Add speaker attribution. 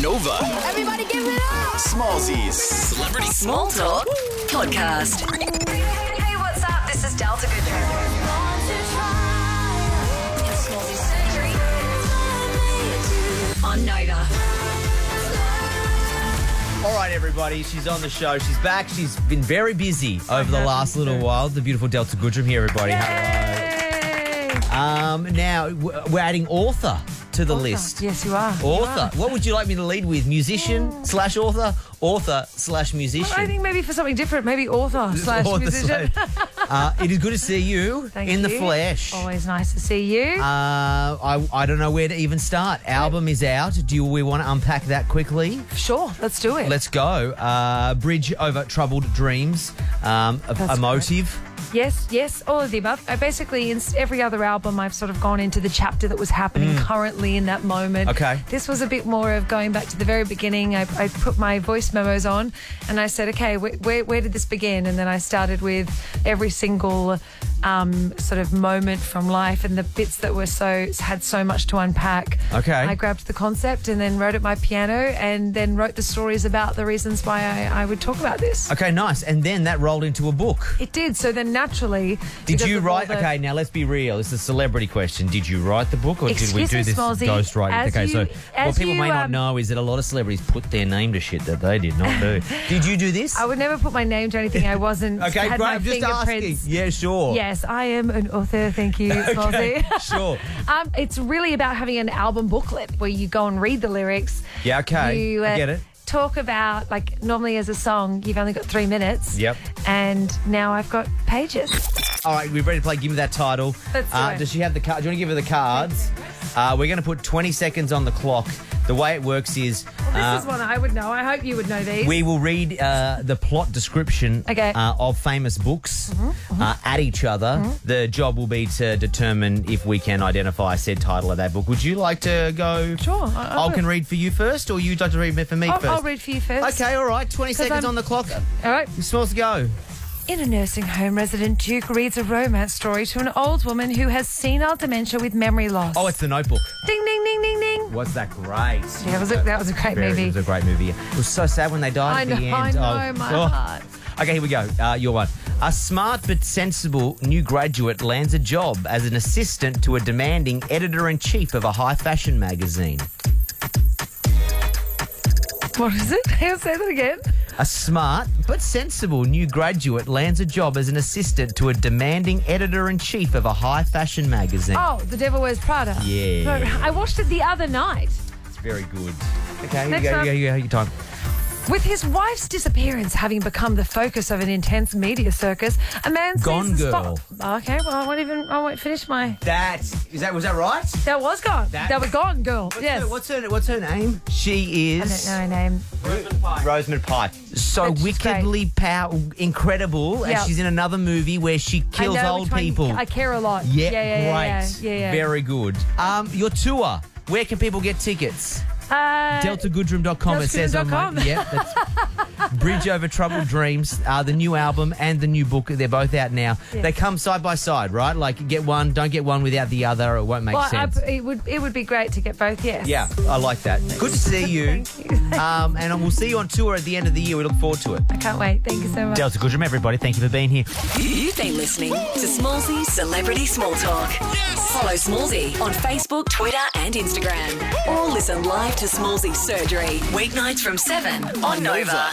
Speaker 1: Nova.
Speaker 2: Everybody give it up!
Speaker 1: Smallsies.
Speaker 3: Celebrity Small Talk Podcast.
Speaker 4: Hey, what's up? This is Delta Goodrem. It's Smallsy Surgery on Nova.
Speaker 5: All right, everybody. She's on the show. She's back. She's been very busy over the last little while. The beautiful Delta Goodrum here, everybody. Hello. Um, now w- we're adding author to the list.
Speaker 6: Oh, Yes, you are.
Speaker 5: Author. What would you like me to lead with? Musician slash author, author slash musician.
Speaker 6: I think maybe for something different, maybe author slash
Speaker 5: Author
Speaker 6: musician.
Speaker 5: slash- uh, it is good to see you
Speaker 6: Thank
Speaker 5: in the
Speaker 6: you. Oh,
Speaker 5: flesh.
Speaker 6: Always nice to see you.
Speaker 5: Uh, I, I don't know where to even start. Album is out. Do you, we want to unpack that quickly?
Speaker 6: sure, let's do it.
Speaker 5: Let's go. Uh, bridge over troubled dreams. Um, a-
Speaker 6: That's
Speaker 5: emotive.
Speaker 6: yes, yes, all of the above. I basically, in s- every other album, I've sort of gone into the chapter that was happening currently in that moment.
Speaker 5: Mm. Okay.
Speaker 6: This was a bit more of going back to the very beginning. I, I put my voice memos on and I said, okay, wh- where, where did this begin? And then I started with every single um, sort of moment from life and the bits that were so had so much to unpack.
Speaker 5: Okay.
Speaker 6: I grabbed the concept and then wrote at my piano and then wrote the stories about the reasons why I, I would talk about this.
Speaker 5: Okay, nice. And then that rolled into a book.
Speaker 6: It did. So then naturally,
Speaker 5: Did
Speaker 6: because
Speaker 5: you
Speaker 6: of all
Speaker 5: write?
Speaker 6: the-
Speaker 5: Okay, now let's be real. This is a celebrity question. Did you write the book, or did we
Speaker 6: Excuse
Speaker 5: do
Speaker 6: me,
Speaker 5: this
Speaker 6: Smallsy,
Speaker 5: ghost writing?
Speaker 6: as
Speaker 5: Okay, so
Speaker 6: you-
Speaker 5: what
Speaker 6: as
Speaker 5: people may
Speaker 6: you,
Speaker 5: not
Speaker 6: um,
Speaker 5: know is that a lot of celebrities put their name to shit that they did not do. did you do this?
Speaker 6: I would never put my name to anything. I wasn't.
Speaker 5: okay,
Speaker 6: had
Speaker 5: great.
Speaker 6: my
Speaker 5: I'm just asking.
Speaker 6: fingerprints.
Speaker 5: Yeah, sure.
Speaker 6: Yes, I am an author. Thank you,
Speaker 5: Okay,
Speaker 6: Smallsy.
Speaker 5: sure.
Speaker 6: Um, it's really about having an album booklet where you go and read the lyrics.
Speaker 5: Yeah, okay.
Speaker 6: You, uh,
Speaker 5: I get it.
Speaker 6: Talk about like normally as a song, you've only got three minutes.
Speaker 5: Yep.
Speaker 6: And now I've got pages.
Speaker 5: All right, we're ready to play. Give me that title.
Speaker 6: Let's do
Speaker 5: uh,
Speaker 6: it.
Speaker 5: Does she have the card? Do you want to give her the cards? Uh, we're going to put 20 seconds on the clock. The way it works is.
Speaker 6: This
Speaker 5: uh,
Speaker 6: is one I would know. I hope you would know these.
Speaker 5: We will read uh, the plot description
Speaker 6: Okay. Mm-hmm,
Speaker 5: uh, of famous books Uh, at each other. The job will be to determine if we can identify said title of that book. Would you like to go?
Speaker 6: Sure, I- I
Speaker 5: I,
Speaker 6: would.
Speaker 5: can read for you first, or you'd like to read for me
Speaker 6: I'll,
Speaker 5: 1st
Speaker 6: I'll read for you first.
Speaker 5: Okay, all right. 20 seconds
Speaker 6: I'm-
Speaker 5: on the clock.
Speaker 6: All right.
Speaker 5: You're supposed to go.
Speaker 6: In a nursing home, resident Duke reads a romance story to an old woman who has senile dementia with memory loss.
Speaker 5: Oh, it's the notebook.
Speaker 6: ding, ding, ding, ding, ding.
Speaker 5: Was that great?
Speaker 6: Yeah, it was a, that was a great
Speaker 5: Very- It
Speaker 6: movie.
Speaker 5: was a great movie. It was so sad when they died
Speaker 6: I
Speaker 5: at
Speaker 6: know,
Speaker 5: the end.
Speaker 6: I know,
Speaker 5: of-
Speaker 6: my
Speaker 5: Oh.
Speaker 6: heart.
Speaker 5: Okay, here we go. Uh, your one. A smart but sensible new graduate lands a job as an assistant to a demanding editor in chief of a high fashion magazine.
Speaker 6: What is it? I'll say that again.
Speaker 5: A smart but sensible new graduate lands a job as an assistant to a demanding editor in chief of a high fashion magazine.
Speaker 6: Oh, The Devil Wears Prada.
Speaker 5: Yeah.
Speaker 6: No, I watched it the other night.
Speaker 5: It's very good. Okay, here
Speaker 6: Next
Speaker 5: you go,
Speaker 6: one.
Speaker 5: here you go, here you go, your time.
Speaker 6: With his wife's disappearance having become the focus of an intense media circus, a man
Speaker 5: Gone
Speaker 6: sees the
Speaker 5: Girl.
Speaker 6: spot. Okay, well, I won't even. I won't finish my.
Speaker 5: That is that was that right?
Speaker 6: That was gone.
Speaker 5: That-
Speaker 6: That, was gone, girl. yes.
Speaker 5: What's her what's her name? She
Speaker 6: I
Speaker 5: is
Speaker 6: don't know her name.
Speaker 5: Rosamund Pike. So
Speaker 6: That's
Speaker 5: wickedly power, incredible,
Speaker 6: Yeah.
Speaker 5: and she's in another movie where she
Speaker 6: I
Speaker 5: kills
Speaker 6: know
Speaker 5: old
Speaker 6: which one-
Speaker 5: people.
Speaker 6: I care a lot.
Speaker 5: yeah,
Speaker 6: yeah, yeah,
Speaker 5: great,
Speaker 6: yeah, yeah, yeah.
Speaker 5: very good. Um, your tour. Where can people get tickets?
Speaker 6: Uh,
Speaker 5: DeltaGoodrum.com. It says on my,
Speaker 6: deltagoodrum.com.
Speaker 5: yeah, that's Bridge Over Troubled Dreams. Uh, the new album and the new book. They're both out now.
Speaker 6: Yeah.
Speaker 5: They come side by side, right? Like get one, don't get one without the other. It won't make
Speaker 6: Well, I,
Speaker 5: sense.
Speaker 6: it would it would be great to get both. Yes.
Speaker 5: yeah, I like that. Good to see you.
Speaker 6: Thank you.
Speaker 5: Um, and we'll see you on tour at the end of the year. We look forward to it.
Speaker 6: I can't wait. Thank you so much.
Speaker 5: Delta Goodrum, everybody. Thank you for being here.
Speaker 3: You've been listening to Smallsy Celebrity Small Talk. Follow Smallsy on Facebook, Twitter, and Instagram. Or listen live to Smallsy Surgery, weeknights from 7 on Nova.